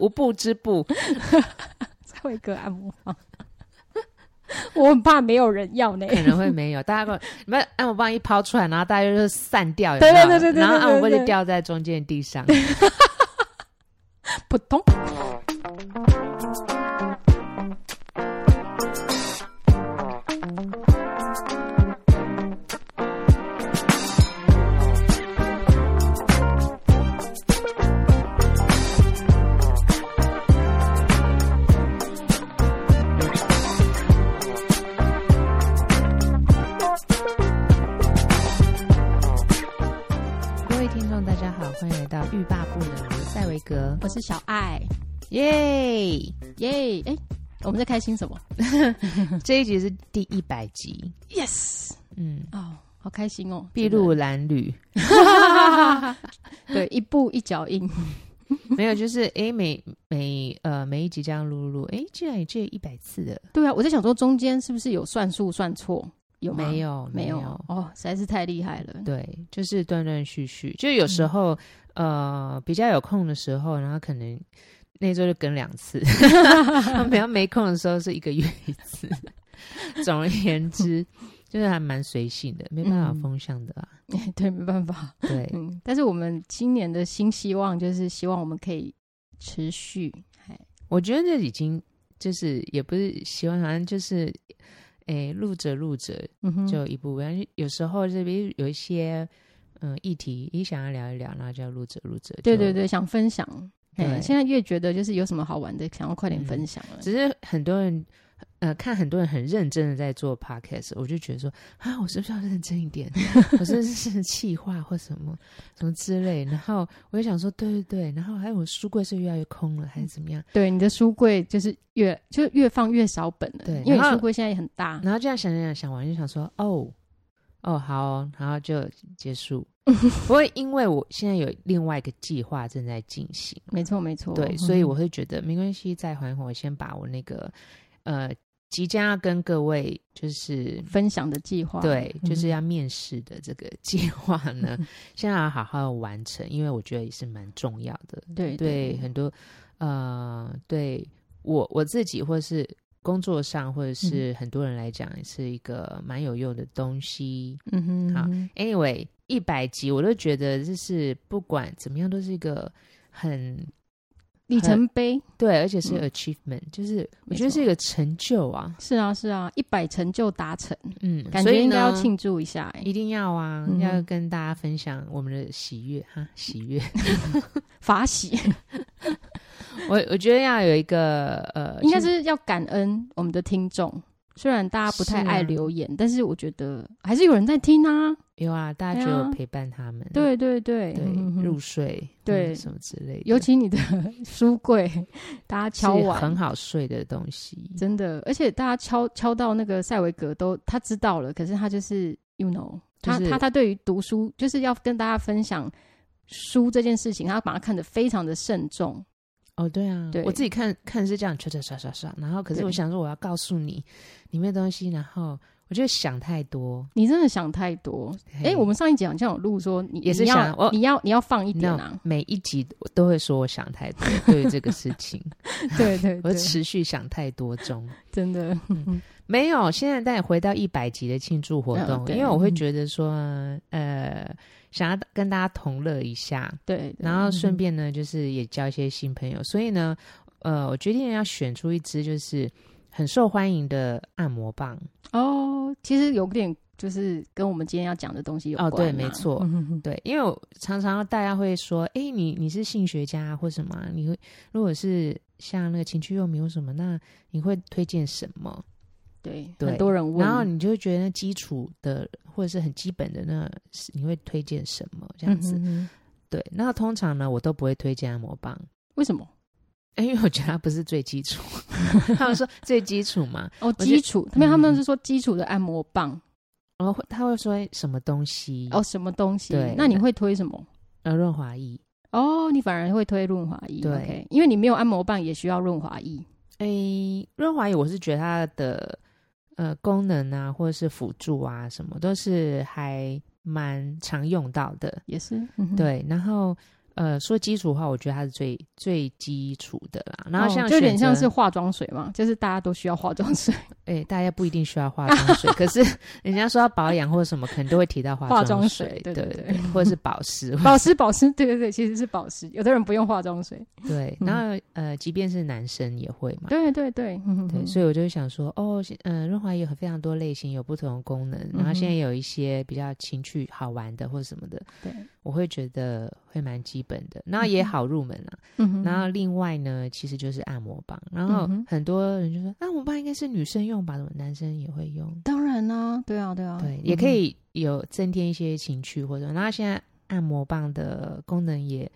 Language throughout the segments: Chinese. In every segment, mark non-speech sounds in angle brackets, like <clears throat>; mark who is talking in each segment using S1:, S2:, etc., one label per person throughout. S1: 无布之布，
S2: <laughs> 蔡慧哥按摩棒，我很怕没有人要呢。
S1: 可能会没有。大家跟我你们按摩棒一抛出来，然后大家就是散掉，有
S2: 对
S1: 没有
S2: 对对对对
S1: 然后按摩棒
S2: 对对
S1: 就
S2: 对
S1: 掉在中间地上。
S2: 扑通，
S1: 各位听众，大家好，欢迎来到欲罢不能的塞维格，
S2: 我是小爱，
S1: 耶！
S2: 耶！哎，我们在开心什么
S1: 这一集是第一百集，
S2: ？Yes，
S1: 嗯，
S2: 哦，好开心 <laughs> 哦！
S1: 筚路蓝缕，
S2: 对，一步一脚印，
S1: 没有，就是诶，每每呃每一集这样录录录，诶，竟然也只有一百次的，
S2: 对啊，我在想说中间是不是有算数算错？有吗？
S1: 没有
S2: 没有
S1: 有，
S2: 哦，实在是太厉害了。
S1: 对，就是断断续续，就有
S2: 嗯
S1: 时候、呃比较有空的时候，然后可能那周就更两
S2: <laughs>
S1: 次，比较没空的时候是一个月一次。 <laughs> 总而言之，就是还蛮随性的，没办法
S2: 嗯
S1: 风向的啊。
S2: 对，没办法。
S1: 对，
S2: 嗯，但是我们今年的新希望就是希望我们可以持续。哎
S1: 我觉得这已经就是也不是喜欢，反正就是诶录着录着
S2: 嗯哼，
S1: 就一步，然后有时候这边有一些。嗯，议题也想要聊一聊，然后就要录着录着。
S2: 对
S1: 就
S2: 对对，想分享。
S1: 对
S2: 哎，现在越觉得就是有什么好玩的，想要快点
S1: 嗯
S2: 分享了。
S1: 只是很多人，呃，看很多人很认真的在做 podcast，我就觉得说啊，我是不是要认真一点？我是不是气话或什么什么之类？然后我就想说，对对对，然后还有我书柜是越来越空了，还是怎么样？
S2: 对，你的书柜就是越就越放越少本了，
S1: 对
S2: 因为
S1: 然
S2: 你
S1: 后
S2: 书柜现在也很大，
S1: 然后这样想想想想完，就想说，哦哦，好哦然后就结束。不会，因为我现在有另外一个计划正在进行，
S2: 没错没错，嗯
S1: 对，所以我会觉得没关系，再缓一缓，我先把我那个呃即将要跟各位就是
S2: 嗯分享的计划，
S1: 对，就是
S2: 嗯
S1: 要面试的这个 <laughs> 计划呢，现在要好好地完成，因为我觉得也是蛮重要的。
S2: 对
S1: 对，很多呃，对我我自己或是工作上，或者
S2: 嗯
S1: 是很多人来讲，也是一个蛮有用的东西。
S2: 嗯哼，
S1: 好
S2: 嗯
S1: Anyway，一百集我都觉得就是不管怎么样，都是一个很
S2: 里程碑
S1: 对，而且是
S2: 嗯
S1: achievement，、就是我
S2: 没
S1: 觉得
S2: 错
S1: 是一个成就啊。
S2: 是啊是啊，一百成就达成，
S1: 嗯，
S2: 感
S1: 所以
S2: 觉应该要
S1: 呢
S2: 庆祝一下，哎
S1: 一定要啊，
S2: 嗯
S1: 要跟大家分享我们的喜悦哈，喜悦。 <laughs>
S2: 法喜，
S1: 我我觉得要有一个呃，
S2: 应该
S1: 就是
S2: 要感恩我们的听众。虽然大家不太
S1: 是啊
S2: 爱留言，但是我觉得还是有人在听啊。
S1: 有啊，大家
S2: 对
S1: 就
S2: 啊
S1: 有陪伴他们，
S2: 对对对
S1: 对，
S2: 嗯哼
S1: 入睡
S2: 对
S1: 嗯什么之类的，
S2: 尤其你的 <laughs> 书柜，大家敲
S1: 是
S2: 完
S1: 很好睡的东西，
S2: 真的，而且大家敲敲到那个塞维格都他知道了，可是他就是 you know，他、
S1: 就是
S2: 他他对于读书就是要跟大家分享书这件事情，他把它看得非常的慎重。
S1: 哦，对啊，
S2: 对
S1: 我自己看看是这样，唰唰唰唰唰，然后可是
S2: 对
S1: 我想说我要告诉你里面的东西，然后我就想太多，
S2: 你真的想太多。哎、
S1: 嘿
S2: 我们上一集好像有录说你
S1: 也是
S2: 你要
S1: 想我
S2: 你要你要放一
S1: 你知
S2: 点
S1: 道
S2: 啊，
S1: 每一集我都会说我想太多，对于这个事
S2: <laughs>
S1: 情，
S2: 对对
S1: <laughs> 我
S2: 对，
S1: 持续想太多中。
S2: 真的
S1: 没有，现在带回到一百集的庆祝活动
S2: 嗯，对
S1: 因为我会觉得说，呃，想要跟大家同乐一下，
S2: 对，对
S1: 然后顺
S2: 嗯
S1: 便呢，就是也交一些新朋友。所以呢，呃，我决定要选出一支就是很受欢迎的按摩棒。
S2: 哦，其实有点就是跟我们今天要讲的东西有关、
S1: 哦，
S2: 啊
S1: 对，没错，
S2: 嗯哼哼
S1: 对，因为我常常大家会说，诶，你你是性学家或什么啊？你会如果是像那个情趣用品或什么，那你会推荐什么？
S2: 对，
S1: 对
S2: 很多人问，
S1: 然后你就会觉得那基础的或者是很基本的那，你会推荐什么这
S2: 这
S1: 样子？
S2: 嗯哼哼
S1: 对，那通常呢，我都不会推荐按摩棒，
S2: 为什么？
S1: 哎因为我觉得它不是最基 <laughs> 础。他们说最基础嘛，
S2: 哦，
S1: 我觉得
S2: 基础，他们他们
S1: 嗯
S2: 是说基础的按摩棒
S1: 然后会他会说什么东西
S2: 哦，什么东
S1: 嗯
S2: 西
S1: 对？
S2: 那你会推什么？
S1: 呃，润滑液。
S2: 哦，你反而会推润滑液，
S1: 对
S2: o k 因为你没有按摩棒也需要润滑液，
S1: 诶，哎润滑液我是觉得它的呃功能啊，或者是辅助啊，什么都是还蛮常用到的。
S2: 也是，嗯哼，
S1: 对，然后呃，说基础化，我觉得它是最最基础的啦。然后
S2: 哦
S1: 像、
S2: 就有点像是，化妆水嘛，就是大家都需要化妆
S1: <laughs>
S2: 水，
S1: 哎、大家不一定需要化妆水，
S2: <laughs>
S1: 可是人家说要保养或者什么，可能都会提到化
S2: 化
S1: 妆
S2: 妆水
S1: 对
S2: 对对对
S1: 或者是保湿，
S2: 保湿保湿，对对对，其实是保湿。有的人不用化妆水，
S1: 对。然后呃，即便是男生也会嘛，
S2: 嗯对对对，嗯
S1: 啊对，所以我就想说，哦，现呃，润滑液有非常多类型，有不同的功能，然后现在有一些比较情趣好玩的或者什么的，
S2: 嗯对，
S1: 我会觉得会蛮基本的，然后也好入门啊。
S2: 嗯哼，
S1: 然后另外呢，其实就是按摩棒，然后
S2: 嗯哼
S1: 很多人就说，按摩棒应该是女生用吧，怎么男生也会用？
S2: 当然啦、对啊对啊，
S1: 对，
S2: 嗯
S1: 也可以有增添一些情趣或者，然后现在按摩棒的功能也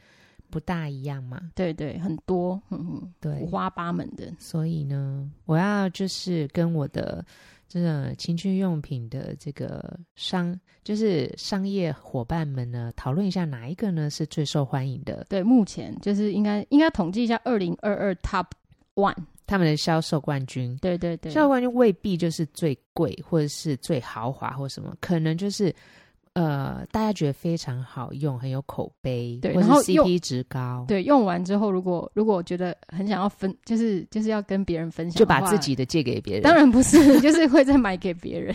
S1: 不大一样嘛，
S2: 对对，很多，嗯嗯，
S1: 对
S2: 五，花八门的，
S1: 所以呢，我要就是跟我的这个情趣用品的这个商，就是商业伙伴们呢，讨论一下哪一个呢是最受欢迎的，
S2: 对，目前就是应该应该统计一下二零二二 Top One，
S1: 他们的销售冠军。
S2: 对对对，
S1: 销售冠军未必就是最贵，或者是最豪华，或什么，可能就是呃，大家觉得非常好用，很有口碑，
S2: 对
S1: 或
S2: 然后
S1: 是
S2: 又
S1: CP 值高，，
S2: 对，用完之后，如果如果我觉得很想要分，就是就是要跟别人分享的
S1: 就
S2: 话，
S1: 把自己的借给别人。
S2: 当然
S1: <laughs>
S2: 不是，就是会再买给别人。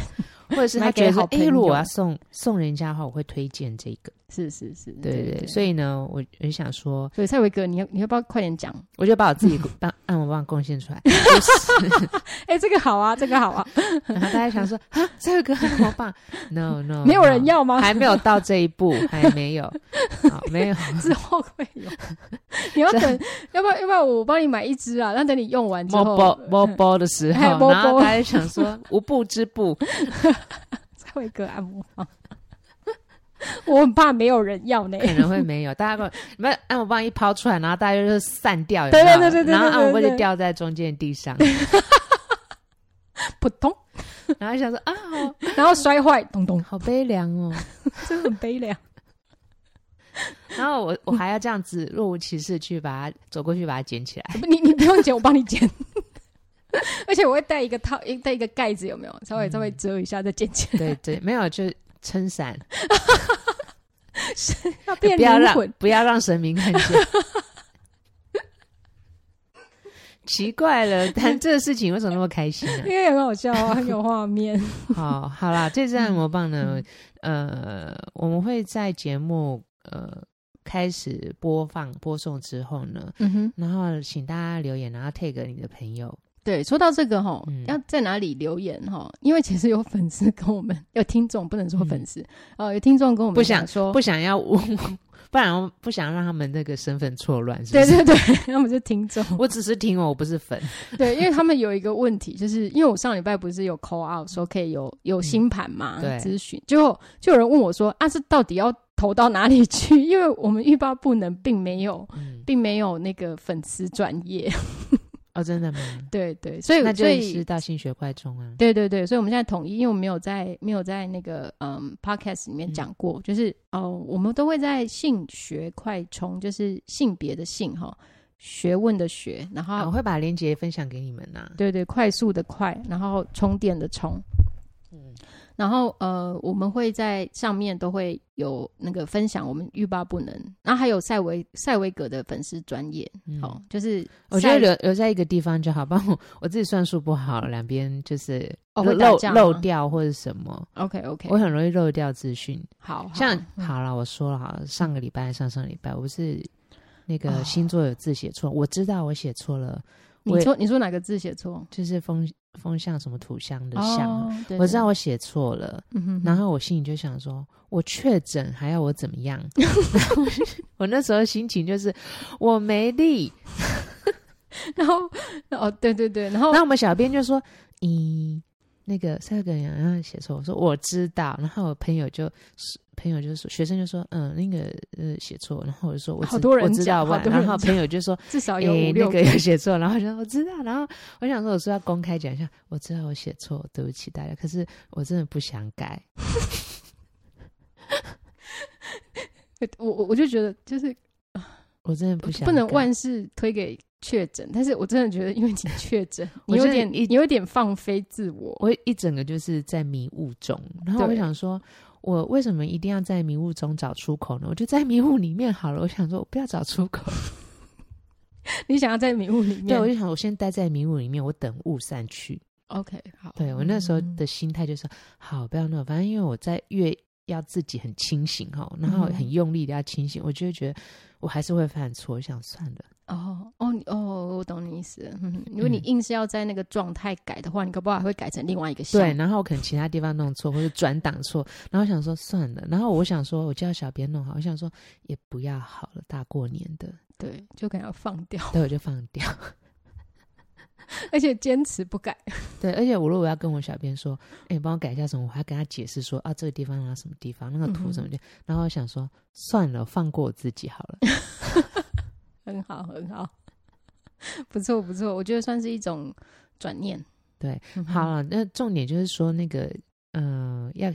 S1: 或者是他
S2: 买
S1: 觉
S2: 给
S1: 得说
S2: 好，
S1: 哎、
S2: 朋
S1: 如果我
S2: 友
S1: 要送送人家的话，我会推荐这个。
S2: 是是是，
S1: 对对
S2: 对
S1: 对，所
S2: 以
S1: 以呢，我我就想说，
S2: 所以蔡伟哥，你要你要不要快点讲？
S1: 我就把我自 <laughs> 己当按摩棒贡献出来，就是
S2: 哎、这个好啊，这个好啊，
S1: 然后大家想说啊，这个 <laughs> 按摩棒，no no，
S2: 没有
S1: no
S2: 人，要吗？
S1: <laughs> 嗯还没有到这一步，还没 <laughs> 有，好没有，
S2: 之后会
S1: <laughs>
S2: 有，你要等，要不然要不然我帮你买一支啊，那等你用完之
S1: 摸
S2: 后
S1: 波，摸波的时候，
S2: 哎
S1: 然
S2: 摸
S1: 后
S2: 波
S1: 大家就想说无步之步，
S2: 蔡伟哥按摩棒。 <laughs> 我很怕没有人要呢，
S1: 可能会没 <laughs> 有，大家会没有按摩哎棒一抛出来，然后大家就是散掉，有
S2: 对
S1: 没有
S2: 对对对对
S1: 然后按摩棒
S2: 对对
S1: 就
S2: 对
S1: 掉在中间的地 <laughs> 上，
S2: 扑通，
S1: 然后想说啊，
S2: 然后摔坏，咚咚，
S1: 好悲凉哦。
S2: 这很悲凉。
S1: 然后我我还要这样子若无其事去把它走过去把它捡起来，
S2: <laughs> 不你你不用剪，我帮你剪。 <laughs> 而且我会带一个套，一带一个盖子，有没有？稍微稍微遮一下再捡起来，
S1: 对对，没有就是撑伞，
S2: 要 <laughs> 变
S1: 不要
S2: 灵
S1: 让
S2: 魂。
S1: 不要让神明看见。 <laughs> 奇怪了，但这个事情为什么那么开心呢、
S2: 因为很好笑啊，很有画面。
S1: <laughs> 好，好啦，这支按摩棒呢，
S2: 嗯
S1: 呃，我们会在节目呃开始播放播送之后呢，
S2: <laughs> 嗯哼，
S1: 然后请大家留言，然后 tag 你的朋友，
S2: 对，说到这个哈
S1: 嗯，
S2: 要在哪里留言哈？因为其实有粉丝跟我们，有听众不能说粉丝，呃，有听众跟我们
S1: 嗯不想
S2: 讲说，
S1: 不想要我， <laughs> 不然不想让他们那个身份错乱，是不
S2: 对
S1: 是？
S2: 对 <laughs> 对，他们是听众。 <laughs>
S1: 我只是听哦，我不是粉。
S2: 对，因为他们有一个问题，就是因为我上礼拜不是有 call out 说可以有有新盘嘛
S1: 嗯对
S2: 咨询，结果就有人问我说啊，这到底要投到哪里去？ <laughs> 因为我们欲罢不能，并没有
S1: 嗯，
S2: 并没有那个粉丝专业，
S1: <laughs> 哦，真的吗？
S2: 对对， <laughs> 所以
S1: 那就
S2: 所
S1: 是
S2: 以
S1: 到心血块中啊。
S2: 对对对，所以我们现在统一，因为我没有在没有在那个嗯 podcast 里面讲过，就是哦、呃我们都会在性学快充，就是性别的性哈，学问的学，然后、
S1: 啊，我会把链接分享给你们呐、
S2: 对对，快速的快，然后充电的充。
S1: 嗯
S2: 然后呃，我们会在上面都会有那个分享我们欲罢不能，然后还有塞维塞维格的粉丝专业，
S1: 嗯
S2: 好、就是
S1: 我觉得
S2: 塞
S1: 留留在一个地方就好，不然我我自己算数不好，两边就是
S2: 哦
S1: 漏
S2: 会打
S1: 漏
S2: 架吗
S1: 漏掉或者什么，
S2: OK OK，
S1: 我很容易漏掉资讯。
S2: 好好
S1: 像
S2: 嗯
S1: 好了，我说了好了，上个礼拜、上上礼拜我不是那个
S2: 哦
S1: 星座有字写错，我知道我写错了，我
S2: 你
S1: 也
S2: 说你说哪个字写错？
S1: 就是风风象什么土象的象，
S2: 哦对
S1: 啊我知道
S2: 对
S1: 我写错了。
S2: 嗯哼哼
S1: 然后我心里就想说，我确诊还要我怎么样？ <laughs> 我那时候心情就是我没力。
S2: 然后哦对对对，然后
S1: 那我们小编就说：“咦，那个三个人然后写错。”我说：“我知道。”然后我朋友就朋友就说，学生就说：“嗯，那个呃写错。”然后我就说：“我知
S2: 好多人
S1: 我知道
S2: 讲好
S1: 吧？”
S2: 多人
S1: 然后
S2: 讲
S1: 朋友就说
S2: 至：“少有
S1: 诶，那
S2: 五六
S1: 个有写错。”然后我就说：“我知道。”然后我想说，我说要公开讲一下，我知道我写错，对不起大家，可是我真的不想改。
S2: 我我我就觉得就是
S1: 我真的不想
S2: 不能
S1: 改
S2: 万事推给确诊，但是我真的觉得因为
S1: <laughs>
S2: 你确诊，
S1: 我
S2: 你有
S1: 真的
S2: 点
S1: 一 <laughs>
S2: 你有点放飞自我，
S1: 我一整个就是在迷雾中，然后我
S2: 对
S1: 想说，我为什么一定要在迷雾中找出口呢？我就在迷雾里面好了。我想说，我不要找出口，
S2: 你想要在迷雾里面？
S1: 对我就想，我先待在迷雾里面，我等雾散去。
S2: OK，好。
S1: 对我那时候
S2: 嗯
S1: 的心态就是，好，不要闹，反正因为我在越要自己很清醒哈，然后
S2: 嗯
S1: 很用力的要清醒，我就会觉得我还是会犯错，我想算了。
S2: 哦哦你哦，我懂你意思了。嗯，如果你
S1: 嗯
S2: 硬是要在那个状态改的话，你搞不好还会改成另外一个项
S1: 对，然后我可能其他地方弄错或者转档错，然后想说算了，然后我想说我叫小编弄好，我想说也不要好了，大过年的，
S2: 对，就可能要放掉，
S1: 对，我就放掉。 <laughs>
S2: 而且坚持不改。
S1: 对，而且我如果要跟我小编说，哎、你帮我改一下什么，我还跟他解释说啊，这个地方啊什么地方，那个
S2: 嗯
S1: 图
S2: 哼
S1: 什么的，然后我想说算了，放过我自己好了。
S2: 很好，很好，不错，不错，我觉得算是一种转念。
S1: 对
S2: 嗯哼，
S1: 好了，那重点就是说那个，呃，要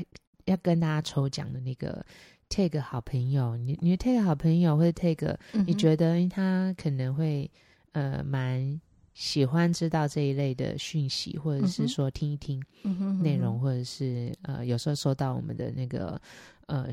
S1: 要跟大家抽奖的那个 take 好朋友，你你 take 好朋友或者 take
S2: 嗯哼，
S1: 你觉得他可能会呃蛮喜欢知道这一类的讯息，或者
S2: 嗯
S1: 是
S2: 哼
S1: 说听一听
S2: 嗯哼
S1: 内容，，或者是呃有时候收到我们的那个呃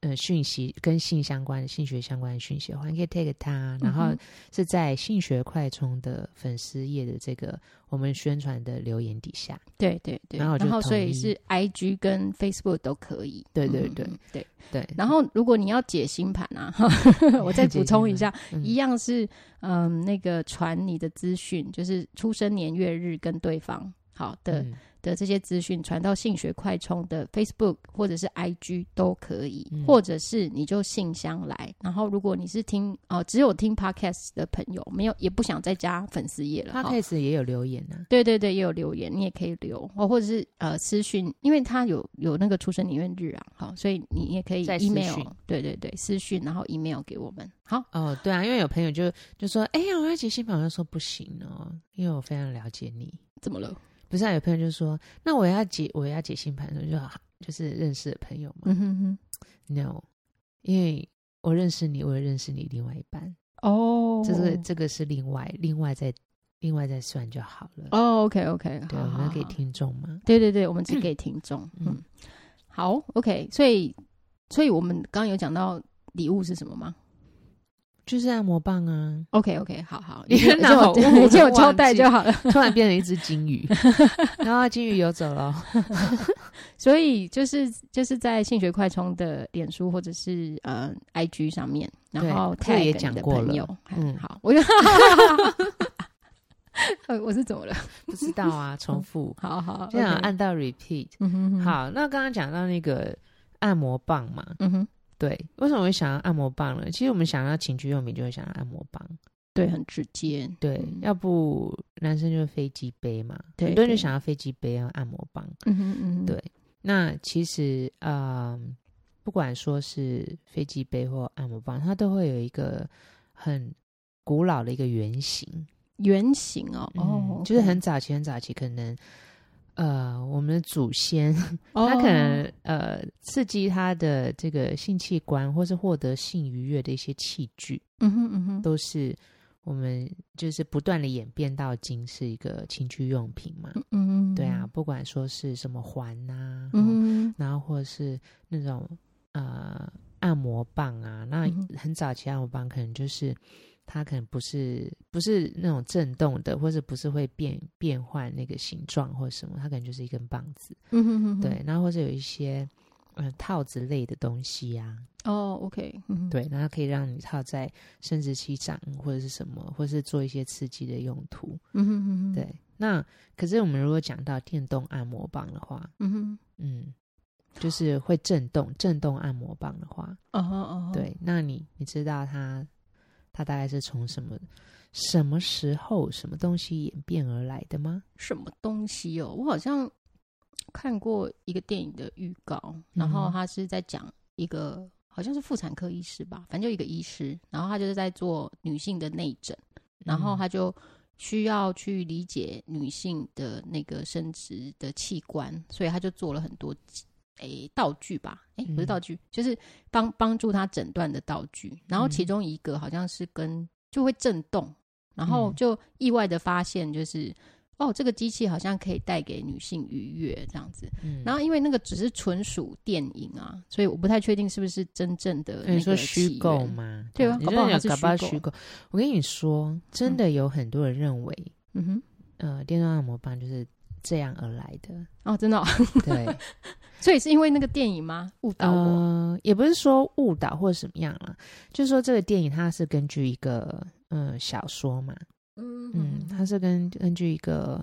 S1: 呃讯息跟性相关的性学相关的讯息的话，你可以 take 他，然后
S2: 嗯哼
S1: 是在性学快充的粉丝页的这个我们宣传的留言底下。
S2: 对对对，
S1: 然后我就
S2: 所
S1: 同
S2: 以
S1: 意
S2: 是 I G 跟 Facebook 都可以。
S1: 对
S2: 嗯
S1: 对
S2: 哼
S1: 对
S2: 嗯对，
S1: 对，
S2: 然后如果你要解星盘啊， <laughs> 我再补充一下，
S1: 嗯
S2: 一样是嗯，那个传你的资讯，就是出生年月日跟对方好的、
S1: 嗯
S2: 的这些资讯传到性学快充的 Facebook 或者是 IG 都可以，
S1: 嗯
S2: 或者是你就信箱来。然后如果你是听哦、呃只有听 Podcast 的朋友，没有也不想再加粉丝页了，哈
S1: Podcast 也有留言啊呐、
S2: 对对对，也有留言，你也可以留，哦，或者是呃私讯，因为他有有那个出生年月日啊，好，所以你也可以
S1: 再私
S2: email，
S1: 讯
S2: 对对对，私讯然后 email 给我们，好，
S1: 哦，对啊，因为有朋友就就说，哎、呀，我要解新朋友说不行哦，因为我非常了解你。
S2: 怎么了？
S1: 不是、啊、有朋友就说，那我要解我要解星盘的时候，就就是认识的朋友嘛、
S2: 嗯哼哼，
S1: n o 因为我认识你，我也认识你另外一半，
S2: 哦，
S1: 这个这个是另外另外再另外再算就好了。
S2: 哦，OK OK，
S1: 对，我们给听众嘛，
S2: 对对对，我们只给听众。
S1: 嗯
S2: 嗯，好，OK，所以所以我们刚刚有讲到礼物是什么吗
S1: 就是按摩棒啊，
S2: ？OK OK，好好，
S1: 你
S2: 已经
S1: 看到
S2: 已经
S1: 我
S2: 有已经有
S1: 我都
S2: 交代
S1: 忘记
S2: 就好了。
S1: <laughs> 突然变成一只金
S2: <laughs>
S1: 鱼，然后金鱼游走了。
S2: 所以就是就是在性学快充的脸书或者是呃 IG 上面，然后
S1: 这个
S2: tag
S1: 也
S2: 你
S1: 讲
S2: 的
S1: 过
S2: 朋
S1: 了
S2: 友。
S1: 嗯
S2: 嗯，好，我就。呃， <laughs> 我是怎么了？
S1: 不知道啊，重复，
S2: 好好，
S1: 这样
S2: 哦
S1: 啊
S2: OK
S1: 按到 repeat。
S2: 嗯哼哼，
S1: 好，那刚刚讲到那个按摩棒嘛，
S2: 嗯哼，
S1: 对，为什么会想要按摩棒呢？其实我们想要情趣用品，就会想要按摩棒。
S2: 对，很直接，
S1: 对，
S2: 嗯
S1: 要不男生就是飞机杯嘛，
S2: 对
S1: 很多人
S2: 对
S1: 就想要飞机杯啊，按摩棒。
S2: 嗯哼嗯哼，
S1: 对那其实，嗯，不管说是飞机杯或按摩棒，它都会有一个很古老的一个原型。
S2: 圆形哦，哦
S1: 嗯，就是
S2: OK
S1: 很早期，很早期，可能呃，我们的祖先 <laughs>
S2: 哦
S1: 他可能呃刺激他的这个性器官，或是获得性愉悦的一些器具，
S2: 嗯哼嗯哼，
S1: 都是我们就是不断的演变到今是一个情趣用品嘛。
S2: 嗯嗯，
S1: 对啊，，不管说是什么环呐、嗯，
S2: 嗯
S1: 然后或者是那种呃按摩棒啊，那
S2: 嗯哼
S1: 很早期按摩棒可能就是。它可能不是不是那种震动的，或者不是会变变换那个形状或什么，它可能就是一根棒子。
S2: 嗯哼哼，
S1: 对，然后或者有一些嗯、呃套子类的东西啊，
S2: 哦，OK，嗯哼，
S1: 对，然后可以让你套在生殖器上或者是什么，或是做一些刺激的用途。
S2: 嗯哼哼，
S1: 对，，那可是我们如果讲到电动按摩棒的话，
S2: 嗯哼，
S1: 嗯，就是会震动，震动按摩棒的话，
S2: 哦哦哦，，
S1: 对，那你你知道它它大概是从什么什么时候什么东西演变而来的吗？
S2: 什么东西哦？我好像看过一个电影的预告，然后
S1: 嗯
S2: 他是在讲一个好像是妇产科医师吧，反正就一个医师，然后他就是在做女性的内诊，然后
S1: 嗯
S2: 他就需要去理解女性的那个生殖的器官，所以他就做了很多诶、道具吧，诶、不
S1: 嗯
S2: 是道具，就是帮帮助他诊断的道具。然后其
S1: 嗯
S2: 中一个好像是跟就会震动，然后
S1: 嗯
S2: 就意外的发现就是。哦，这个机器好像可以带给女性愉悦这样子。
S1: 嗯
S2: 然后因为那个只是纯属电影啊，所以我不太确定是不是真正的那
S1: 你说
S2: 个
S1: 虚
S2: 起
S1: 构
S2: 源？
S1: 吗？哦
S2: 对啊
S1: 你
S2: 搞
S1: 真
S2: 不好
S1: 的有
S2: 它是
S1: 搞不好
S2: 虚构
S1: 虚构。我跟你说，真的有很多人认为，
S2: 嗯哼，
S1: 呃，电动按摩棒就是这样而来
S2: <laughs>
S1: 的。
S2: 哦，真的、哦，
S1: 对，
S2: 所以是因为那个电影吗？误 <laughs> 导我？
S1: 呃，也不是说误导或者什么样啦，就是说这个电影它是根据一个嗯小说嘛，
S2: 嗯
S1: 嗯，它是根根据一个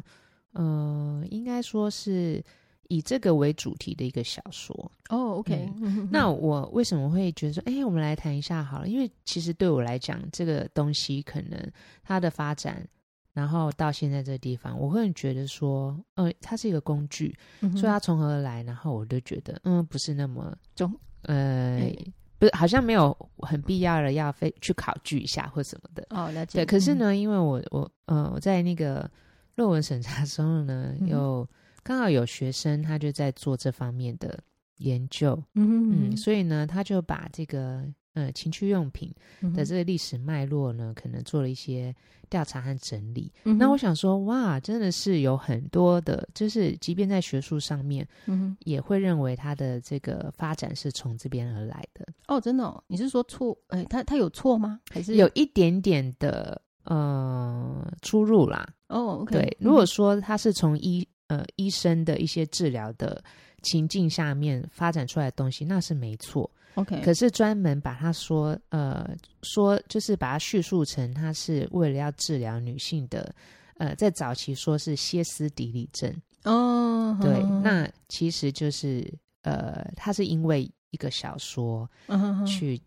S1: 呃，应该说是以这个为主题的一个小说。
S2: 哦，OK，
S1: 嗯
S2: 嗯哼
S1: 那我为什么会觉得说，哎、我们来谈一下好了？因为其实对我来讲，这个东西可能它的发展，然后到现在这个地方，我会觉得说，呃，它是一个工具，
S2: 嗯哼
S1: 所以它从何而来？然后我就觉得，嗯，不是那么
S2: 中，
S1: 呃，
S2: 哎
S1: 不是，好像没有很必要的要非去考据一下或什么的。
S2: 哦，了解。
S1: 对，可是
S2: 嗯，
S1: 呢，因为我我呃我在那个论文审查的时候呢，
S2: 嗯哼
S1: 有刚好有学生他就在做这方面的研究，
S2: 嗯哼
S1: 嗯，
S2: 嗯
S1: 所以呢，他就把这个呃情趣用品
S2: 哼，
S1: 的这个历史脉络呢，可能做了一些调查和整理。
S2: 嗯哼，
S1: 那我想说，哇，真的是有很多的，就是即便在学术上面，
S2: 嗯哼，
S1: 也会认为它的这个发展是从这边而来的，
S2: 哦，真的、哦，你是说错？哎，他他有错吗？还是
S1: 有一点点的呃出入啦。
S2: 哦？OK，
S1: 对，如果说它是从医呃医生的一些治疗的情境下面发展出来的东西，那是没错。
S2: OK，
S1: 可是专门把它说，呃，说就是把它叙述成它是为了要治疗女性的，呃，在早期说是歇斯底里症，
S2: 哦，
S1: 对，那其实就是呃，它是因为一个小说
S2: 那
S1: 去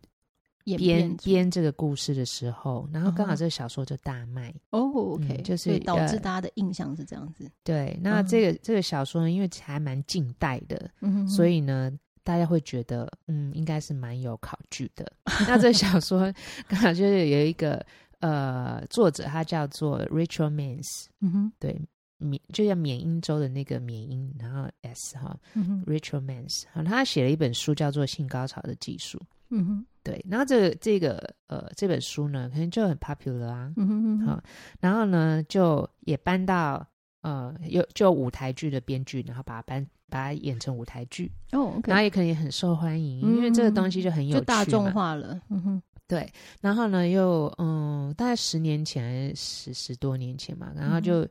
S2: 演
S1: 编
S2: 变出
S1: 编这个故事的时候，然后刚好
S2: 嗯
S1: 这个小说就大卖，
S2: 哦，OK，
S1: 嗯就是
S2: 所以导致
S1: 呃
S2: 大家的印象是这样子，
S1: 对，那这个、这个小说呢，因为还蛮近代的，
S2: 嗯哼
S1: 所以呢，大家会觉得，嗯，应该是蛮有考据的。 <laughs> 那这小说刚好就是有一个呃作者，他叫做 Rachel Mans，
S2: 嗯哼
S1: 对，缅就叫缅因州的那个缅因，然后 S 哈
S2: 嗯哼
S1: ，Rachel Mans，好他写了一本书叫做《性高潮的技术》。
S2: 嗯哼
S1: 对，然后这个这个呃这本书呢，可能就很 popular 啊，
S2: 嗯哼嗯哼
S1: 好然后呢就也搬到呃有就舞台剧的编剧，然后把它搬把它演成舞台剧，
S2: 哦
S1: 然后
S2: ，OK，
S1: 也可能也很受欢迎，
S2: 嗯
S1: 因为这个东西就很有
S2: 就
S1: 趣
S2: 大众
S1: 嘛。
S2: 化了，嗯哼
S1: 对，然后呢，又嗯，大概十年前、十十多年前嘛，然后就、
S2: 嗯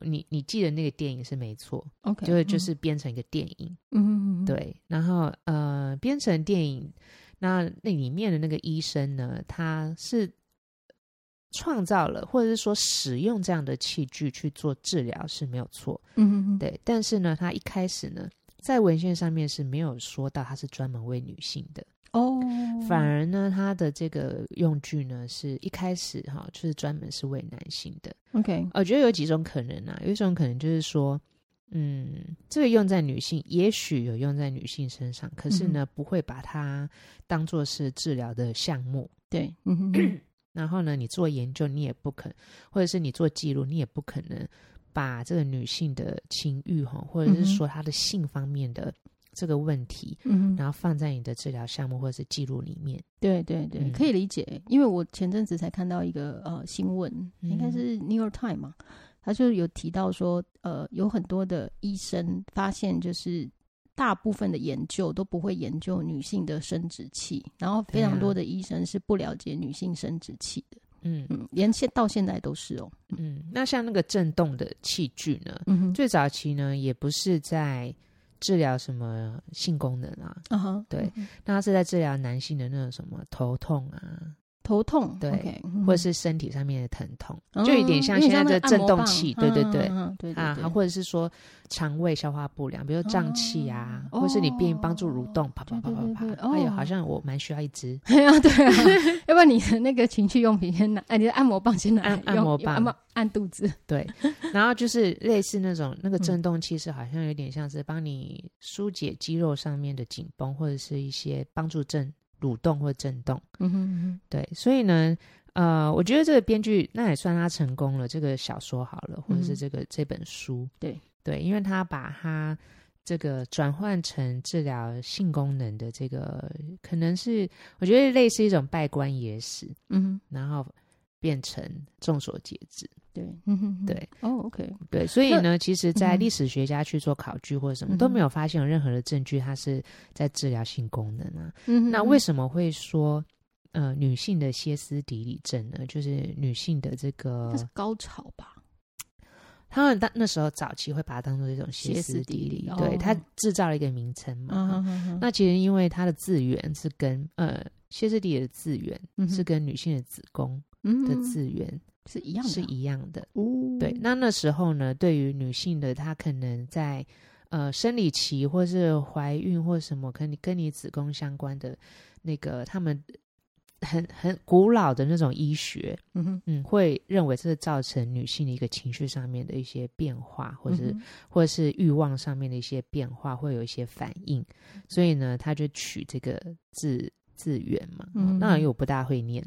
S1: 你你记得那个电影是没错，
S2: ，OK，
S1: 就是就
S2: 嗯
S1: 是编成一个电影，
S2: 嗯哼嗯哼，
S1: 对，然后呃，编成电影，那那里面的那个医生呢，他是创造了或者是说使用这样的器具去做治疗是没有错，
S2: 嗯哼嗯哼，
S1: 对，但是呢，他一开始呢，在文献上面是没有说到他是专门为女性的，
S2: 哦，
S1: 反而呢，他的这个用具呢，是一开始哈，就是专门是为男性的。
S2: OK，
S1: 我觉得有几种可能啊，有一种可能就是说，嗯，这个用在女性，也许有用在女性身上，可是
S2: 嗯
S1: 呢，不会把它当做是治疗的项目。
S2: 对，嗯哼
S1: <clears throat>
S2: 嗯
S1: 然后呢，你做研究，你也不肯，或者是你做记录，你也不可能把这个女性的情欲哈，或者是
S2: 嗯哼
S1: 说她的性方面的这个问题，
S2: 嗯哼，
S1: 然后放在你的治疗项目或者是记录里面。
S2: 对对对，
S1: 嗯
S2: 可以理解，因为我前阵子才看到一个呃新闻，
S1: 嗯
S2: 应该是《New York Times》嘛，他就有提到说，呃，有很多的医生发现，就是大部分的研究都不会研究女性的生殖器，然后非
S1: 对啊
S2: 常多的医生是不了解女性生殖器的，
S1: 嗯
S2: 嗯，连现到现在都是哦，
S1: 嗯，那像那个震动的器具呢，
S2: 嗯哼，
S1: 最早期呢也不是在治疗什么性功能啊，
S2: 啊哈，
S1: 对
S2: 嗯哼，
S1: 那它是在治疗男性的那种什么头痛啊，
S2: 头痛，
S1: 对
S2: OK，嗯哼，
S1: 或者是身体上面的疼痛，
S2: 嗯
S1: 就有点像
S2: 有
S1: 现在
S2: 点那
S1: 的
S2: 个
S1: 震
S2: 按摩
S1: 动
S2: 棒
S1: 器，对对对。
S2: 嗯嗯嗯对对
S1: 啊，
S2: 对，
S1: 或者是说肠胃消化不良，比如说胀气啊，
S2: 哦
S1: 或是你便帮助蠕动，啪啪
S2: 对
S1: 啪
S2: 对
S1: 啪啪
S2: 对对
S1: 啪，哎呦，
S2: 哦
S1: 好像我蛮需要一支
S2: 对啊，对啊，要不然你的那个情趣用品先拿，哎，你的按摩棒先拿来
S1: 按
S2: 用，
S1: 按摩
S2: 用
S1: 棒
S2: 按摩按肚子，
S1: 对， <laughs> 然后就是类似那种那个震动器是好像有点像是帮你疏解肌肉上面的紧绷，或者是一些帮助震蠕动或震动。
S2: 嗯哼嗯
S1: 对，所以呢，呃，我觉得这个编剧那也算他成功了，这个小说好了，或者
S2: 嗯
S1: 是这个、这本书，
S2: 对
S1: 对，因为他把他这个转换成治疗性功能的这个，可能是我觉得类似一种拜官野史，
S2: 哼，嗯
S1: 然后变成众所皆知。
S2: 对，嗯哼哼
S1: 对，
S2: 哦，OK，
S1: 对，所以呢，其实，在
S2: 嗯
S1: 历史学家去做考据或者什么，
S2: 嗯
S1: 都没有发现有任何的证据，它是在治疗性功能啊。
S2: 嗯哼
S1: 那
S2: 哼
S1: 为什么会说，呃，女性的歇斯底里症呢？就是女性的这个
S2: 那是，高潮吧？
S1: 他们当那时候早期会把它当做一种歇
S2: 歇
S1: 斯
S2: 斯
S1: 底里
S2: 底里，
S1: 对，
S2: 哦
S1: 它制造了一个名称嘛。
S2: 嗯哼
S1: 那其实因为它的字源是跟呃歇斯底里的字源
S2: 那
S1: 是跟女性的子宫的字源
S2: 嗯是一样的，
S1: 是一样的，
S2: 哦，
S1: 对，那那时候呢，对于女性的她可能在呃生理期或是怀孕或什么，跟你跟你子宫相关的那个，他们很很古老的那种医学，
S2: 嗯哼，
S1: 嗯，会认为这是造成女性的一个情绪上面的一些变化，或是、
S2: 嗯哼
S1: 或者是欲望上面的一些变化，会有一些反应，
S2: 嗯
S1: 所以呢，他就取这个字字源嘛，
S2: 嗯
S1: 那又不大会念，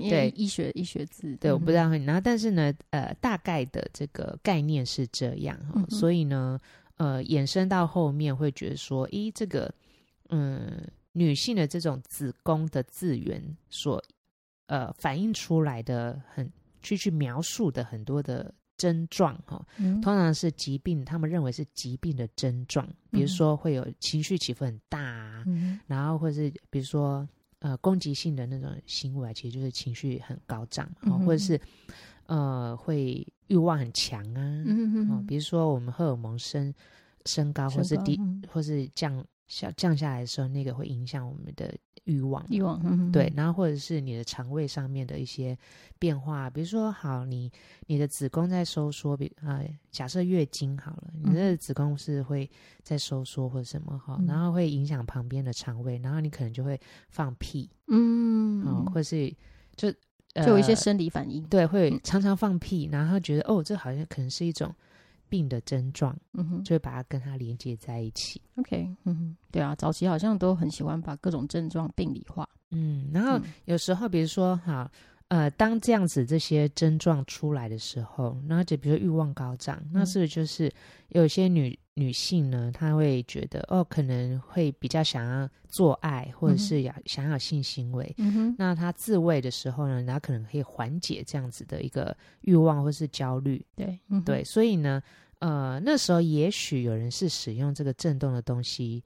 S2: 因
S1: <laughs> 对
S2: 为医学医学字，
S1: 对，我不知
S2: 道，
S1: 道会。然后，但是呢，呃，大概的这个概念是这样哈、
S2: 嗯哼
S1: 所以呢，呃，衍生到后面会觉得说，咦，这个，嗯，女性的这种子宫的资源所，呃，反映出来的很去去描述的很多的症状哈、
S2: 嗯
S1: 通常是疾病，他们认为是疾病的症状，比如
S2: 嗯
S1: 说会有情绪起伏很大、啊，
S2: 嗯
S1: 然后或是比如说呃攻击性的那种行为啊，其实就是情绪很高涨嘛，哦
S2: 嗯哼
S1: 或者是呃会欲望很强啊，
S2: 嗯哼
S1: 哦，比如说我们荷尔蒙升升高，或是低，
S2: 嗯
S1: 或是降下降下来的时候，那个会影响我们的欲望。
S2: 以往，嗯哼
S1: 对，，然后或者是你的肠胃上面的一些变化，比如说，好，你你的子宫在收缩，比啊、假设月经好了，你的
S2: 嗯
S1: 子宫是会在收缩或者什么哈，
S2: 嗯
S1: 然后会影响旁边的肠胃，然后你可能就会放屁，
S2: 嗯，
S1: 哦，或是就呃，
S2: 就有一些生理反应，
S1: 对，会
S2: 嗯
S1: 常常放屁，然后觉得哦，这好像可能是一种病的症状，
S2: 嗯哼
S1: 就会把它跟它连接在一起。
S2: ，OK，嗯哼，对啊，早期好像都很喜欢把各种症状病理化，
S1: 嗯，然后
S2: 嗯
S1: 有时候，比如说哈，呃，当这样子这些症状出来的时候，然后就比如说欲望高涨，那
S2: 嗯
S1: 是不是就是有些女女性呢，她会觉得哦，可能会比较想要做爱，或者
S2: 嗯哼
S1: 是要想要有性行为。
S2: 嗯哼，
S1: 那她自慰的时候呢，她可能可以缓解这样子的一个欲望或是焦虑。
S2: 对，嗯哼
S1: 对，，所以呢，呃，那时候也许有人是使用这个震动的东西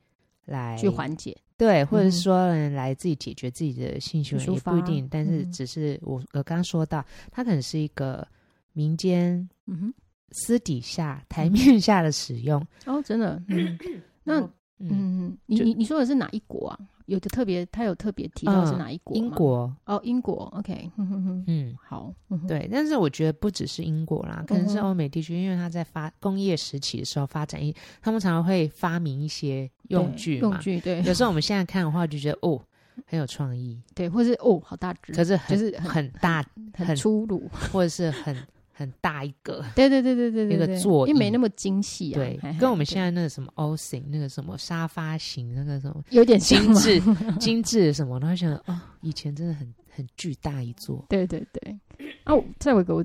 S1: 来
S2: 去缓解，
S1: 对，或者
S2: 嗯
S1: 是
S2: 哼
S1: 说嗯来自己解决自己的性行为
S2: 抒
S1: 也不一
S2: 发
S1: 定，但是
S2: 嗯
S1: 只是我我刚刚说到，它可能是一个民间
S2: 嗯
S1: 私底下台面下的使用。
S2: 哼，哦，真的，嗯那
S1: 然后嗯，
S2: 嗯，你
S1: 就
S2: 你你说的是哪一国啊？有的特别，他有特别提到是
S1: 嗯
S2: 哪一国吗？
S1: 英国，
S2: 哦，英国，OK，哼哼哼，
S1: 嗯，
S2: 好，嗯哼，
S1: 对，但是我觉得不只是英国啦，可能是
S2: 嗯哼
S1: 欧美地区，因为它在发工业时期的时候发展一，他们常常会发明一些用
S2: 对
S1: 具
S2: 用
S1: 嘛。
S2: 具，对
S1: 有时候我们现在看的话，就觉得哦很有创意，
S2: 对，或是哦，好大只，
S1: 可是很
S2: 就是很
S1: 很大，很
S2: 很粗鲁， <laughs>
S1: 或者是很很大一个。
S2: 对对对对对对，
S1: 一个
S2: 对
S1: 座椅
S2: 因为没那么精细啊，
S1: 对
S2: 嘿，嘿
S1: 跟我们
S2: 对
S1: 现在那个什么 O 型、那个什么沙发型、那个什么
S2: 有点像
S1: 精
S2: 嘛，
S1: 致、
S2: <laughs>
S1: 精致什么，然后想哦，以前真的很很巨大一座，
S2: 对对对。哦，再有一个，我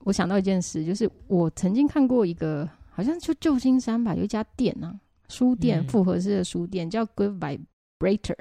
S2: 我想到一件事，就是我曾经看过一个，好像就旧金山吧，有一家店啊，书店
S1: 嗯
S2: 复合式的书店叫 Good Vibrator，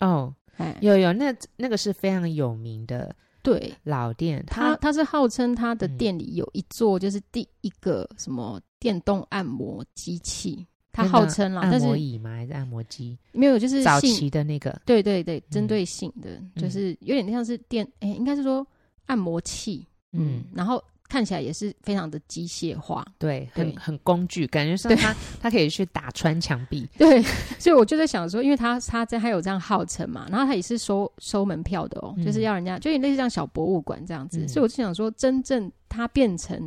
S1: 哦，
S2: 哎，
S1: 有有，那那个是非常有名的
S2: 对，
S1: 老店，
S2: 他
S1: 它
S2: 他是号称他的
S1: 嗯
S2: 店里有一座就是第一个什么电动按摩机器，他
S1: 那
S2: 号
S1: 个
S2: 称啦，但
S1: 按
S2: 是
S1: 摩椅吗？还是按摩机？
S2: 没有就是
S1: 啊早
S2: 性
S1: 期的那个，
S2: 对对对，针
S1: 嗯
S2: 对性的、就
S1: 嗯
S2: 是有点像是电，哎、应该是说按摩器，嗯
S1: 嗯，，
S2: 然后看起来也是非常的机械化，
S1: 对，很
S2: 对
S1: 很工具，感觉上
S2: 对
S1: 它它可以去打穿墙壁，
S2: 对， <laughs> 所以我就在想说，因为他他在他有这样号称嘛，然后他也是收收门票的哦，就是
S1: 嗯
S2: 要人家就有点类似像小博物馆这样子，
S1: 嗯
S2: 所以我就想说，真正它变成